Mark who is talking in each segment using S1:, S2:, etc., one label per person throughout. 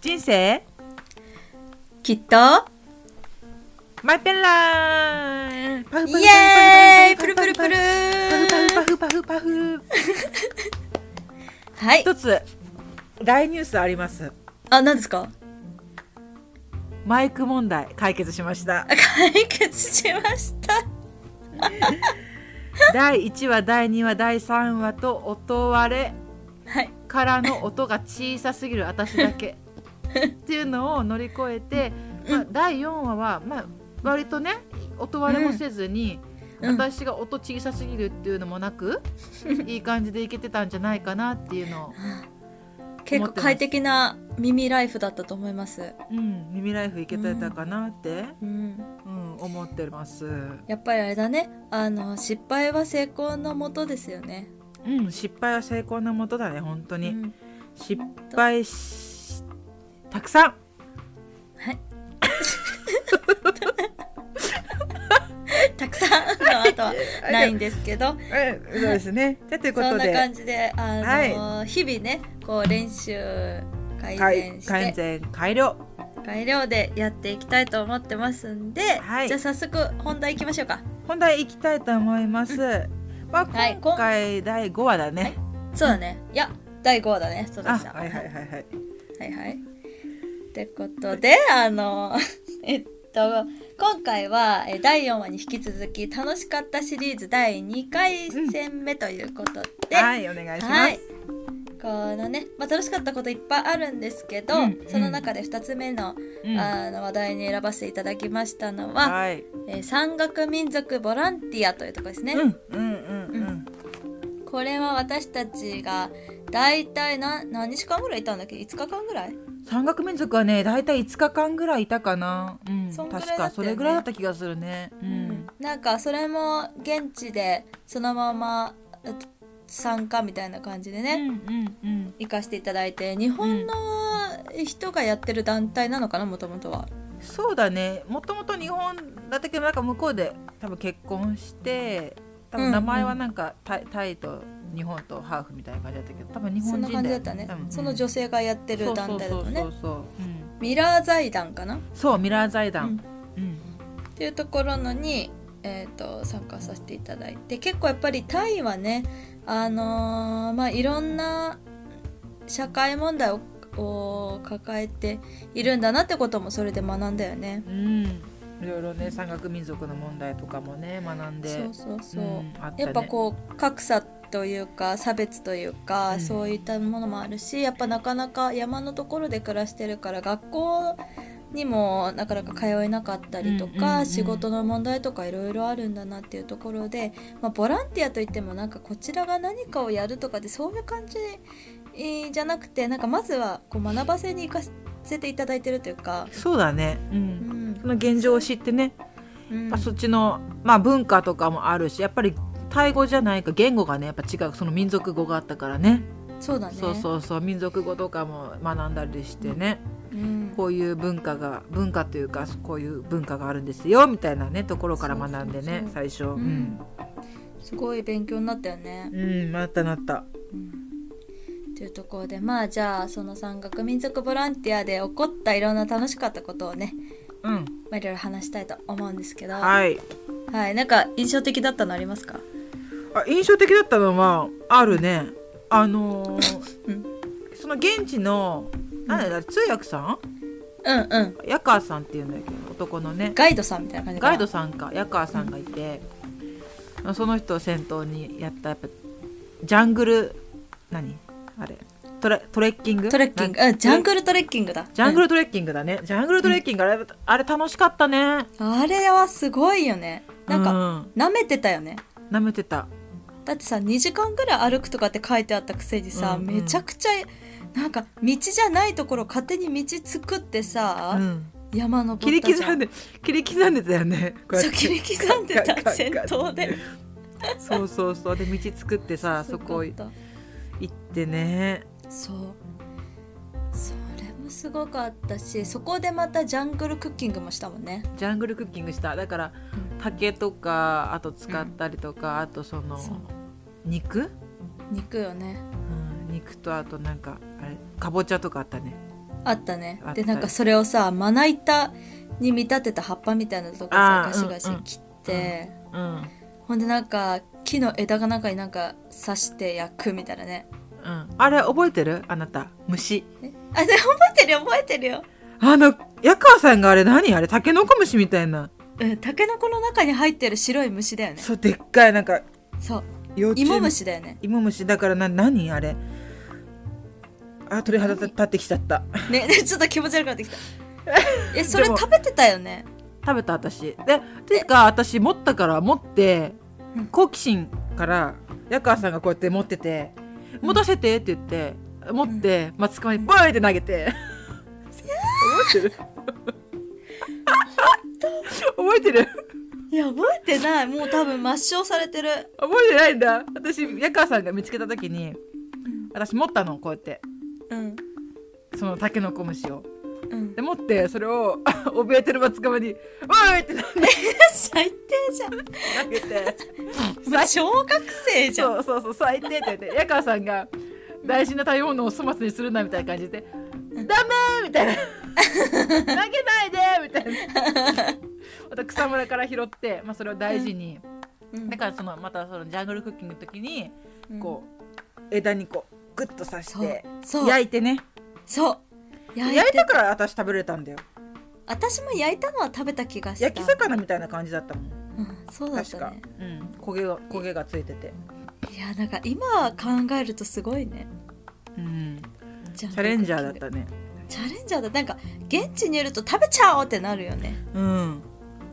S1: 人生
S2: きっと
S1: マイペンラーパフ
S2: イエーイプル
S1: パ
S2: プ
S1: フ
S2: ル
S1: パ
S2: プル
S1: フパフパフパフパフパフパフ
S2: はい
S1: 一つ大ニュースあります
S2: あ何ですか
S1: マイク問題解決しました
S2: 解決しました
S1: 第1話第2話第3話と音割れ
S2: はい
S1: からの音が小さすぎる私だけっていうのを乗り越えて、まあ、第4話は、まあ、割とね音割れもせずに、
S2: うんうん
S1: 私が音小さすぎるっていうのもなくいい感じでいけてたんじゃないかなっていう のを、
S2: 結構快適な耳ライフだったと思います
S1: うん、耳ライフいけてたかなって、
S2: うん
S1: うん、思ってます。
S2: やっぱりあれだねあの失敗は成功のもとですよね
S1: うん、失敗は成功のもとだね本当に、
S2: うん
S1: 失敗したく さん
S2: はい。たくさんの 後はないんですけど、
S1: うんそうですね。じゃあ というこ
S2: そ
S1: と
S2: んな
S1: で
S2: 感じで、あの日々ね、こう練習改
S1: 改
S2: 善して、
S1: 改善改良
S2: 改良でやっていきたいと思ってますんで、
S1: はい
S2: じゃあ早速本題いきましょうか。
S1: 本題いきたいと思います。まあ、
S2: はい
S1: 今回第5話だね。
S2: そうだね。いや、第5話だね。そうで
S1: あ、
S2: した。
S1: はいはいはいはい。
S2: はいはい。ってことで、あの、 えっと、今回はえ第4話に引き続き楽しかったシリーズ第2回戦目ということで、
S1: はい、お願いしま
S2: はい
S1: す。
S2: このね、まあ、楽しかったこといっぱいあるんですけど、
S1: うん
S2: その中で2つ目の,、
S1: うん
S2: あの話題に選ばせていただきましたのは、
S1: はい。
S2: えー山岳民族ボランティアというところですね。
S1: うんうんうん
S2: これは私たちが大体な何日間ぐらいいたんだっけ5日間ぐら
S1: う
S2: い
S1: ん。山岳民族はね、だいたい5日間ぐらいいたかな。うん、
S2: そんぐらいだ
S1: 確
S2: った
S1: か
S2: よね
S1: それぐらいだった気がするね。うん。
S2: なんかそれも現地でそのままえっと参加みたいな感じで
S1: う
S2: ね、
S1: んうんうん。
S2: 行かしていただいて日本の人がやってる団体なのかなもともとは。
S1: そうだね。もともと日本だったけど、なんか向こうで多分結婚して、多分名前はなんかタイタイと日本とハーフみたいな感じだったけど、多分日
S2: そ
S1: 本
S2: んな
S1: 人
S2: 感じ
S1: だ
S2: だ
S1: よ
S2: ったね、
S1: 多分
S2: その女性がやってる団体だとね
S1: そうそうそうそう、うん
S2: ミラー財団かな、
S1: そうミラー財
S2: うん
S1: 団、うん
S2: っていうところのに、えー、と参加させていただいて結構やっぱりタイはねあのーまあいろんな社会問題をを抱えているんだなってこともそれで学んだよね。
S1: うんいろいろね山岳民族の問題とかもね学んで
S2: そうそうそう、
S1: んあたね
S2: やっぱこう格差というか差別というか、
S1: うん
S2: そういったものもあるしやっぱなかなか山のところで暮らしてるから学校にもなかなか通えなかったりと
S1: うんうん
S2: か、
S1: うん
S2: 仕事の問題とかいろいろあるんだなっていうところで、まあ、ボランティアといってもなんかこちらが何かをやるとかでそういう感じえーじゃなくてなんかまずはこう学ばせに行かせていただいてるというか。
S1: そうだねう
S2: うんん
S1: その現状を知ってね、
S2: うん
S1: やっぱそっちの、まあ、文化とかもあるしやっぱりタイ語じゃないか言語がねやっぱ違うその民族語があったからね
S2: そうだね
S1: そうそうそう民族語とかも学んだりしてね、
S2: うん
S1: こういう文化が文化というかこういう文化があるんですよみたいなねところから学んでね
S2: そうそうそう
S1: 最初、
S2: う
S1: うんん、
S2: すごい勉強になったよね。
S1: うん、なったなった。
S2: というところでまあじゃあその山岳民族ボランティアで起こったいろんな楽しかったことをね、
S1: うん、
S2: まあ、いろいろ話したいと思うんですけど、は
S1: はい。
S2: いなんか印象的だったのありますか
S1: あ、印象的だったのは、あるね。あの ー
S2: うん
S1: その現地の、なんだ、通訳さん、
S2: うんうん
S1: ヤカーさんっていうんだけど、男のね。
S2: ガイドさんみたいな感じかな
S1: ガイドさんか、ヤカーさんがいて。その人を先頭にやった、やっぱ。ジャングル。何、あれ。トレ、トレッキング。
S2: トレッキング
S1: な
S2: うんジャングルトレッキングだ
S1: ジャング
S2: ル、
S1: ルトレッキングだね。ジャングルトレッキング、あれ、あれ楽しかったね。
S2: うんあれはすごいよねなんか
S1: か、
S2: 舐めてたよね
S1: 舐めてた。
S2: だってさ2時間ぐらい歩くとかって書いてあったくせにさ、
S1: うんうん
S2: めちゃくちゃなんか道じゃないところ勝手に道作って
S1: う
S2: さ、
S1: ん。
S2: 山登
S1: 切り
S2: ったじゃん
S1: 刻んで切り刻んでたよねこうや
S2: そ
S1: っ
S2: う
S1: て
S2: 切り刻んで
S1: ガン
S2: た
S1: ガンガン
S2: 先頭で
S1: そうそうそうで道作ってさそこ
S2: す
S1: 行
S2: ごかっ
S1: ってね
S2: たそうそれもすごかったしそこでまたジャングルクッキングもしたもんね
S1: ジャングルクッキングしただから
S2: うん
S1: 竹とかあと使ったりとか、あとその
S2: そう
S1: 肉、
S2: 肉よね
S1: うん、肉とあとなんかあれかぼちゃとかあったね
S2: あったね
S1: あった
S2: でなんかそれをさまな板に見立てた葉っぱみたいなとこさ
S1: あー
S2: ガシガシ
S1: うんうん
S2: 切って、
S1: うん
S2: ほんでなんか木の枝かなんかになんか刺して焼くみたいなね
S1: うん、あれ覚えてるあなた虫
S2: えあで覚えてるよ覚えてるよ
S1: あの矢川さんがあれ何あれタケノコムシみたいな
S2: うんタケノコの中に入ってる白い虫だよね
S1: そうでっかいなんか
S2: そう
S1: 幼稚園
S2: 芋虫だよね
S1: 芋虫だからな何あれあ鳥肌立ってきちゃった
S2: ね ねちょっと気持ち悪くなってき たえそれ
S1: でも
S2: 食べてたよね
S1: 食べた私でてか私持ったから持って
S2: うん
S1: 好奇心から矢川さんがこうやって持ってて「持たせて」って言って持って松熊にバーンって投げて覚えてる覚えてる
S2: いや覚えてないもう多分抹消されてる
S1: 覚えてないんだ私矢川さんが見つけた時に私持ったのこうやって
S2: うん
S1: そのタケノコムシを
S2: うん
S1: で持ってそれを 怯えてる松熊に「おい!」って投
S2: 最低じゃん
S1: げて
S2: もう小学生じゃん
S1: そうそうそう最低って言って矢川さんが大事な食べ物を粗末にするなみたいな感じで「ダメ!」みたいな「投げないで!」みたいな。また草むらから拾って、まあ、それを大事に、だからそのまたそのジャングルクッキングの時に
S2: うん
S1: こう、枝にこうグッと刺し
S2: そう
S1: て
S2: そう
S1: 焼いてね
S2: そう焼い
S1: 焼い
S2: て
S1: たから私食べれたんだよ
S2: 私も焼いたのは食べた気がした
S1: 焼き魚みたいな感じだったもん
S2: うん、そうだっ
S1: 確
S2: た
S1: か、
S2: ね
S1: うん、焦げが焦げがついてて、
S2: いやなんか今考えるとすごいね
S1: うん、
S2: チ
S1: チャレンジャーだったね
S2: チャレンジャーだなんか現地にいると食べちゃおうってなるよね
S1: うん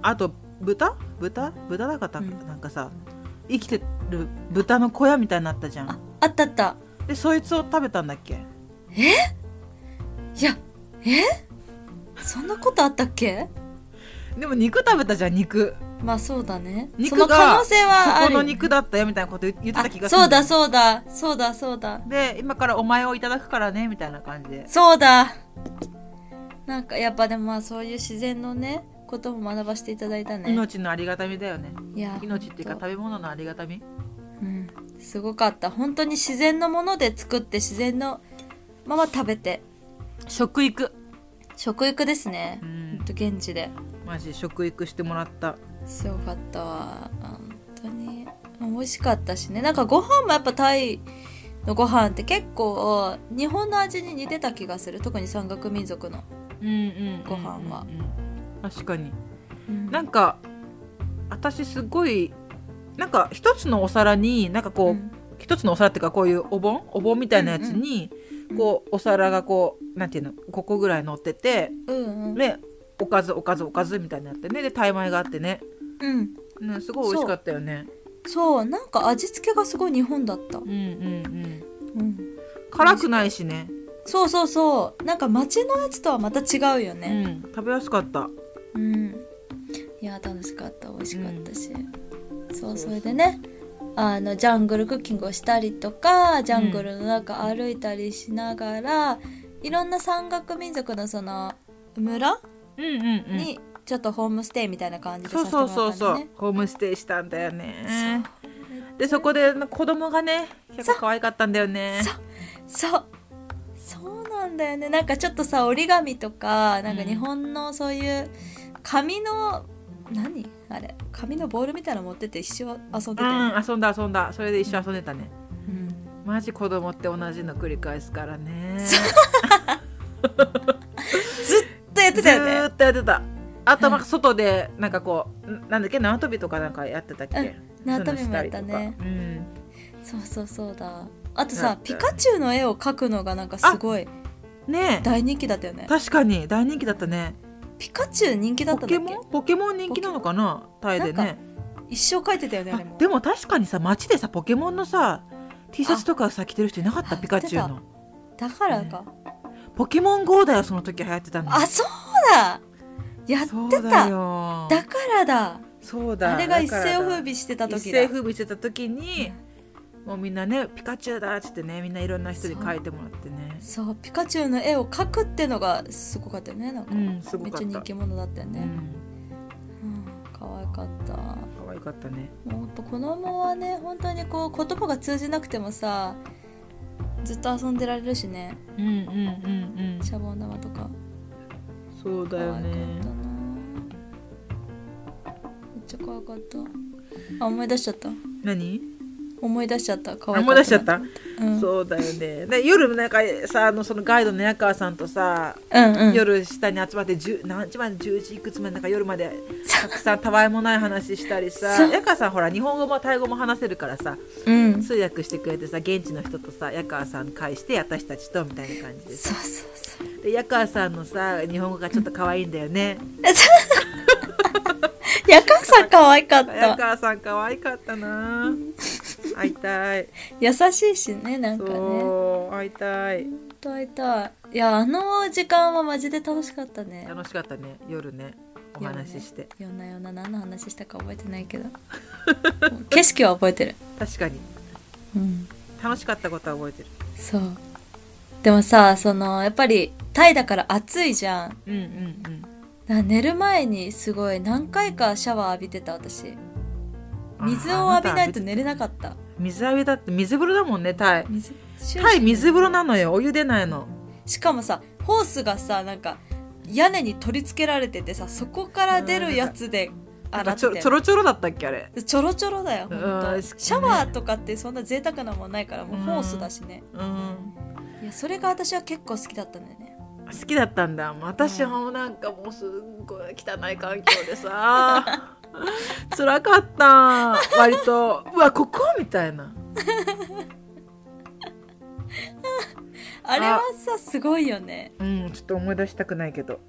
S1: あと豚豚豚だかた、
S2: うん
S1: なんかさ生きてる豚の小屋みたいになったじゃ
S2: あ
S1: ん
S2: あったあった
S1: でそいつを食べたんだっけ
S2: いやえそんなことあったっけ
S1: でも肉食べたじゃん肉
S2: まあそうだねそ
S1: 肉
S2: の
S1: が
S2: 可能性はあ
S1: そ
S2: る
S1: この肉だったよみたいなこと言言ってた気が
S2: あ
S1: する
S2: そうだ
S1: う
S2: そうだそうだそうだ
S1: で今からお前をいただくからねみたいな感じで
S2: そうだなんかやっぱでもまあそういう自然のねことも学ばせていただいたね
S1: 命のありがたみだよね
S2: いや
S1: 命っていうか食
S2: ほんと
S1: べ物のありがたみ
S2: うん、すごかった本当に自然のもので作って自然のまま食べて
S1: 食育
S2: 食育ですね
S1: う、
S2: ほん
S1: ん
S2: と現地で
S1: マジ食育してもらった
S2: すごかったわ本当に美味しかったしねなんかご飯もやっぱタイのご飯って結構日本の味に似てた気がする特に山岳民族の、
S1: うんうん
S2: ご飯は
S1: うんうん確かに
S2: うん
S1: なんか私すごいなんか一つのお皿になんかこう、
S2: うん
S1: 一つのお皿っていうかこういうお盆お盆みたいなやつに、
S2: うん
S1: こうお皿がこうなんていうの5個ぐらい乗ってて
S2: うんうん
S1: ねおかずおかずおかずみたいになってねでタイ米があってね、
S2: うん
S1: うん、すごい美味しかったよね
S2: そうなんか味付けがすごい日本だった、
S1: うんうんうん
S2: うん、
S1: 辛くないしね、
S2: そうそうそうなんか町のやつとはまた違うよ
S1: う
S2: ね
S1: ん、食べやすかった
S2: うんいや楽しかった美味しかったし、そうそれでねあのジャングルクッキングをしたりとかジャングルの中歩いたりしながら、いろんな山岳民族のその村
S1: うんうんうん
S2: にちょっとホームステイみたいな感じで
S1: そ
S2: さ
S1: う
S2: せて
S1: そう
S2: も
S1: そ
S2: ら
S1: うそ
S2: ったの
S1: う、
S2: ね
S1: ホームステイしたんだよね
S2: そう
S1: でそこで子供がね結構可愛かったんだよね
S2: そうそうそうなんだよねなんかちょっとさ折り紙とかなんか
S1: うん
S2: 日本のそういう紙の何あれ紙のボールみたいなの持ってて一生遊んでたよ
S1: う
S2: ね、
S1: ん遊んだ遊んだそれで一緒に遊んでたね
S2: うん
S1: マジ子供って同じの繰り返すからね
S2: ずっとやってた
S1: ずー
S2: よね
S1: っとやってたあと
S2: うん
S1: なんか外でなんかこうんなんだっけ縄跳びとかなんかやってたっけ、
S2: う
S1: うん
S2: 縄跳びもやったね
S1: うん
S2: そうそうそうだあ
S1: だ
S2: とさ
S1: って
S2: ピカチュウの絵を描くのがなんかすごい
S1: ねえ
S2: 大人気だったよね
S1: 確かに大人気だったね
S2: ピカチュウ人気だっ
S1: ポ
S2: たん
S1: ケ
S2: だっけ
S1: モンポケモン人気なのかなタイで
S2: なん
S1: ね
S2: 一生描いてたよねあれ
S1: あ
S2: も
S1: でも確かにさ街でさポケモンのさ T シャツとかさ着てる人いなかっ
S2: あ
S1: たピカチュウの
S2: だからか、
S1: ポケモン GO だよその時流行ってたの
S2: あそうだやって
S1: そう
S2: た
S1: だ
S2: だ
S1: よ
S2: からだ
S1: そうだ
S2: あれが一
S1: だ
S2: 世
S1: から
S2: を
S1: だ
S2: 風靡してた
S1: 一
S2: 時だ
S1: 世風靡してた時に、もうみんなねピカチュウだっつってねみんないろんな人に書いてもらってね
S2: そうピカチュウの絵を描くってのがすごかったよねなんか,、
S1: うんすごか
S2: めっ
S1: った
S2: ちゃ人気者だったよ
S1: う
S2: ね、
S1: ん
S2: うん、可愛かった
S1: 可愛かったね
S2: もうやっぱ子供はね本当にこう言葉が通じなくてもさずっと遊んでられるしね
S1: うんうんうんうん
S2: シャボン玉とか
S1: そうだよね
S2: 可愛かったなめっちゃ可愛かったあ思い出しちゃった
S1: 何
S2: 思い出しちゃった可愛かったな
S1: 思い出しちゃった、
S2: うん、う
S1: そうだよねで夜なんかさあのそのガイドの宮川さんとさ、
S2: んうん
S1: 夜下に集まって10何時まで10時いくつまでなんか夜までたくさんたわいもない話したり
S2: そ
S1: さ
S2: う
S1: 宮川さんほら日本語もタイ語も話せるからさ
S2: うん
S1: 通訳してくれてさ現地の人とさ矢川さん介して私たちとみたいな感じです
S2: そうそうそう
S1: で矢川さんのさ日本語がちょっと可愛いんだよね
S2: 夜間さん可愛かっ
S1: 矢
S2: た
S1: 川さん可愛かったな会いたい
S2: 優しいしねなんかね本
S1: そう会いたい
S2: 当会いたいいやあの時間はマジで楽しかったね
S1: 楽しかったね夜ねお話しして、
S2: 夜な夜な何の話したか覚えてないけど 景色は覚えてる
S1: 確かに
S2: うん
S1: 楽しかったことは覚えてる
S2: そうでもさそのやっぱりタイだから暑いじゃんだか
S1: うんうん
S2: ら寝る前にすごい何回かシャワー浴びてた私
S1: うん
S2: 水を浴び
S1: あ
S2: ないと
S1: あた
S2: 寝れなかった
S1: 水浴びだって水風呂だもんねタイ
S2: 水
S1: タイ水風呂なのよお湯出ないの
S2: しかもさホースがさなんか屋根に取り付けられててさそこから出るやつで
S1: なん
S2: 洗
S1: か
S2: っ
S1: ち
S2: て
S1: ょちょろちょろだったっけあれ
S2: ちょろちょろだよほ
S1: う
S2: ん
S1: ん好
S2: と
S1: きね
S2: シャワーとかってそんな贅沢なもんないからもうホースだしね
S1: うん
S2: いやそれが私は結構好きだったんだよね
S1: 好きだったんだもう私はもうなんかもうすんごい汚い環境で さ辛かった割とうわここみたいな
S2: あれはさすごいよね
S1: うんちょっと思い出したくないけど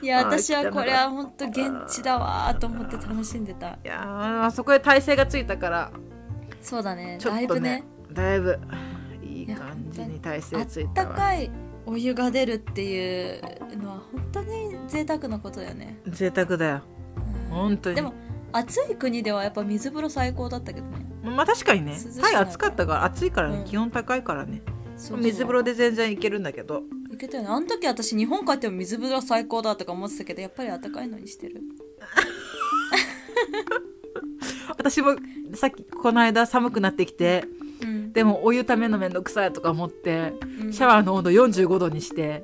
S2: いや
S1: あー
S2: 私はこれは
S1: 汚
S2: 本当現地だわーと思って楽しんでた
S1: いやーあそこで体勢がついたから
S2: そうだね
S1: ちょ
S2: だ
S1: っ
S2: い
S1: と
S2: ぶ
S1: ね
S2: ね
S1: だいぶいい感じに体
S2: あ
S1: 勢つい
S2: ったた
S1: わ
S2: かいお湯が出るっていうのは本当に贅沢なことだよね、
S1: 贅沢だよ
S2: うん
S1: 本当に
S2: でも暑い国ではやっぱ水風呂最高だったけどね
S1: まあ確かにね
S2: 涼しくな
S1: タ
S2: る
S1: イ暑かったから暑いからね、
S2: うん
S1: 気温高いからね
S2: そうそう
S1: 水風呂で全然いけるんだけど
S2: いけたよねあの時私日本帰っても水風呂最高だとか思ってたけどやっぱり暖かいのにしてる
S1: 私もさっきこの間寒くなってきて
S2: うん、
S1: でもお湯ためのめんどくさいとか思って
S2: うん
S1: シャワーの温度45度にして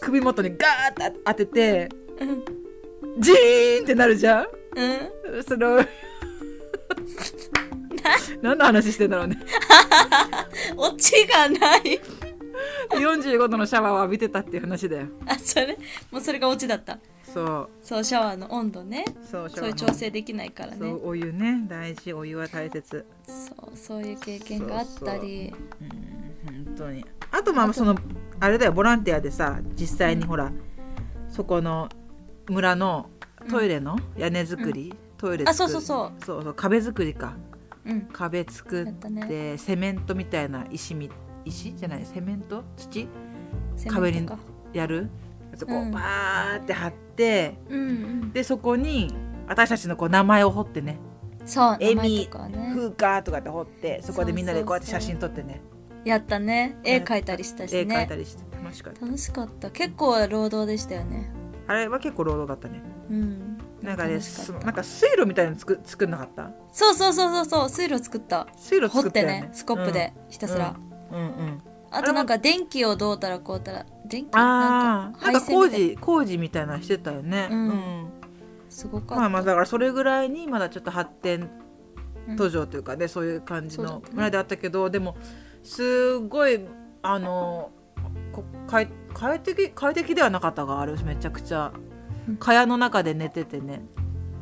S1: 首元にガーッて当てて
S2: うん
S1: ジーンってなるじゃん
S2: うん
S1: そ の何の話してんだろうね
S2: オチがない
S1: 45度のシャワーを浴びてたっていう話だよ
S2: あそれもうそれがオチだった
S1: そう
S2: そうシャワーの温度ね
S1: そうシャ
S2: そう
S1: ワ
S2: いう
S1: ー
S2: 調整できないから
S1: そ
S2: ね
S1: うお湯ね大事お湯は大切
S2: そうそういう経験があったり
S1: うん本当にあとまあそのあれだよボランティアでさ実際にほら、そこの村のトイレの屋根作り、トイレ作り
S2: あそうそうそう
S1: そうそう壁作りか
S2: うん
S1: 壁作
S2: や
S1: っ
S2: った
S1: て、
S2: ね
S1: セメントみたいな石み石じゃないセメント土
S2: セ
S1: 壁
S2: メン
S1: に
S2: トか
S1: やるやつをこ
S2: う
S1: うんバーって貼って、
S2: うんうん
S1: でそこに私たちのこう名前を彫ってね
S2: そう
S1: エ
S2: 名前
S1: ミ
S2: とか
S1: 「
S2: はね
S1: ふうか」とかって彫ってそこでみんなでこうやって写真撮ってね
S2: やったね絵描いたりした
S1: 絵
S2: し
S1: 描いた
S2: ね
S1: りして楽しかった
S2: 楽しかった結構労働でしたよね
S1: あれは結構労働だったね
S2: うん
S1: なんかね
S2: 楽しかった
S1: そのなんか水路みたいなのつく作んなかった
S2: そうそうそうそうそう水路作った
S1: 水路
S2: 掘
S1: 作
S2: っ
S1: った
S2: て
S1: よ
S2: ね
S1: ね
S2: スコップで、ひたすら、
S1: うん、うんうん
S2: あとなんか電気をどうたらこうたら電気
S1: ああーなんか工
S2: みたいな
S1: 事工事みたいなのしてたよね
S2: うん
S1: うん
S2: すごかった、
S1: まあまあだからそれぐらいにまだちょっと発展
S2: うん
S1: 途上というかね、そういう感じ
S2: そうだっ
S1: の
S2: たね
S1: 村であったけど、でもすごいあのこ快快適快適ではなかったがあれめちゃくちゃ
S2: うん
S1: 蚊帳の中で寝ててね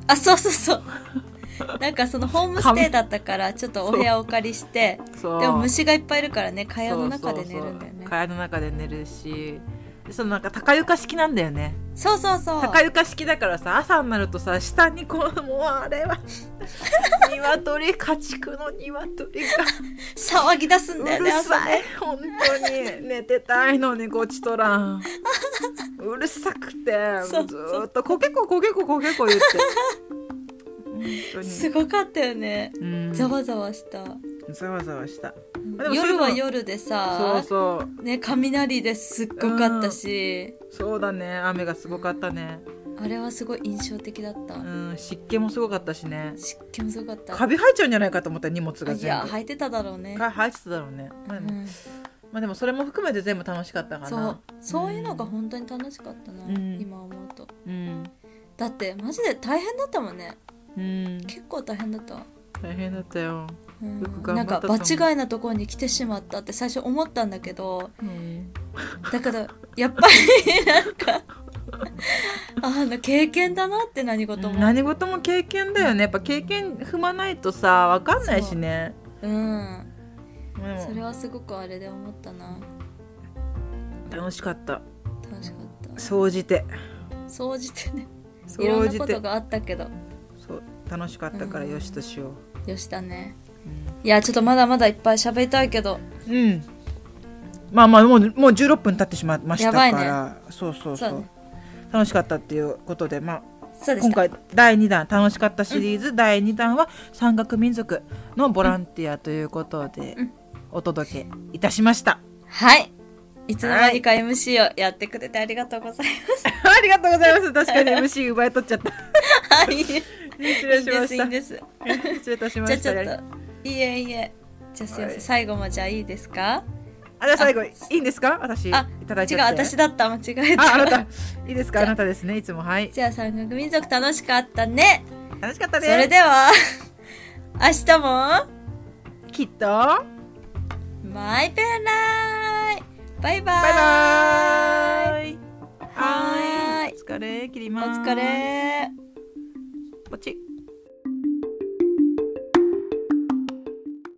S2: あそうそうそう なんかそのホームステイだったからちょっとお部屋お借りして
S1: そう
S2: でも虫がいっぱいいるからね蚊帳の中で
S1: そうそ
S2: 寝
S1: うそう
S2: るんだよね
S1: 蚊帳の中で寝るしそのなんか高床式なんだよね
S2: そうそうそう
S1: 高床式だからさ朝になるとさ下にこうもうあれ は鶏家畜の鶏が。
S2: 騒ぎ出すんだ
S1: う
S2: よ
S1: る
S2: ね朝
S1: さ
S2: ね
S1: い本当に寝てたいのにこちとらんうるさくてず
S2: そう
S1: ーっとこけここけここけこ言って本当に
S2: すごかったよね
S1: うん
S2: ざわざわした、
S1: ざわざわした
S2: うん
S1: でも
S2: 夜は
S1: そういうの
S2: 夜で
S1: そう
S2: さ
S1: そう
S2: ね雷ですっごかったし、
S1: そうだね雨がすごかったね
S2: あれはすごい印象的だった
S1: うん湿気もすごかったしね
S2: 湿気もすごかった
S1: カビ生えちゃうんじゃないかと思った荷物
S2: あ
S1: が
S2: い
S1: 全
S2: や
S1: 部
S2: 履いてただろうね、
S1: か生えてただろうねまあね
S2: うん、
S1: まあでもそれも含めて全部楽しかったかな
S2: そうそういうのが本当に楽しかったな、
S1: うん
S2: 今思うと
S1: うん、
S2: だってマジで大変だったもんね
S1: うん、
S2: 結構大変だったわ
S1: 大変だったよ、
S2: うん
S1: よく頑張
S2: な
S1: っ
S2: ん
S1: た
S2: か
S1: と思う
S2: 場違いなところに来てしまったって最初思ったんだけど
S1: うん、
S2: だけどやっぱり なんかあの経験だなって何事も
S1: 何事も経験だよねやっぱ経験踏まないとさ分かんないしね
S2: うん
S1: でも
S2: それはすごくあれで思ったな
S1: 楽しかった
S2: 楽しかっ
S1: 総じて
S2: た掃除てねいろ
S1: 総
S2: んな
S1: じ
S2: こと
S1: て
S2: があったけど
S1: そう楽しかったから
S2: うん
S1: よしとしよう
S2: よしたねいやちょっとまだまだいっぱい喋りたいけど
S1: うん、まあまあもうもう16分経ってしまいましたか
S2: やば
S1: ら、そうそうそう
S2: そうね
S1: 楽しかったっていうことでまあ
S2: そうでし
S1: 今
S2: た
S1: 回第2弾楽しかったシリーズ、第2弾は山岳民族のボランティアということで、
S2: うん
S1: お届けいたしました
S2: はいいつの間にか MC をやってくれてありがとうござい
S1: ありがとうございます確か に MC 奪い取っちゃった
S2: ますはいいい
S1: 失礼し
S2: んで
S1: ますし
S2: いい
S1: た
S2: んです
S1: 失礼いたしま
S2: じゃあ
S1: し
S2: ち
S1: た
S2: ょっ
S1: あ
S2: といいえいいえじゃあすいません、
S1: はい
S2: 最後もじゃあいいですか
S1: じゃあ最後いいんですか私い
S2: あ
S1: ただい
S2: 違
S1: ち
S2: う
S1: ゃって
S2: 私だった間違え
S1: ああな
S2: た
S1: たいいですかあなたですねいつもはい
S2: じゃあ山岳民族楽しかったね
S1: 楽しかった
S2: そ
S1: ね
S2: れでは 明日も
S1: きっとバ
S2: マイペンライバ
S1: イ
S2: イバイ
S1: バーイ
S2: はーい
S1: お疲れ切り
S2: お
S1: ます
S2: 疲れ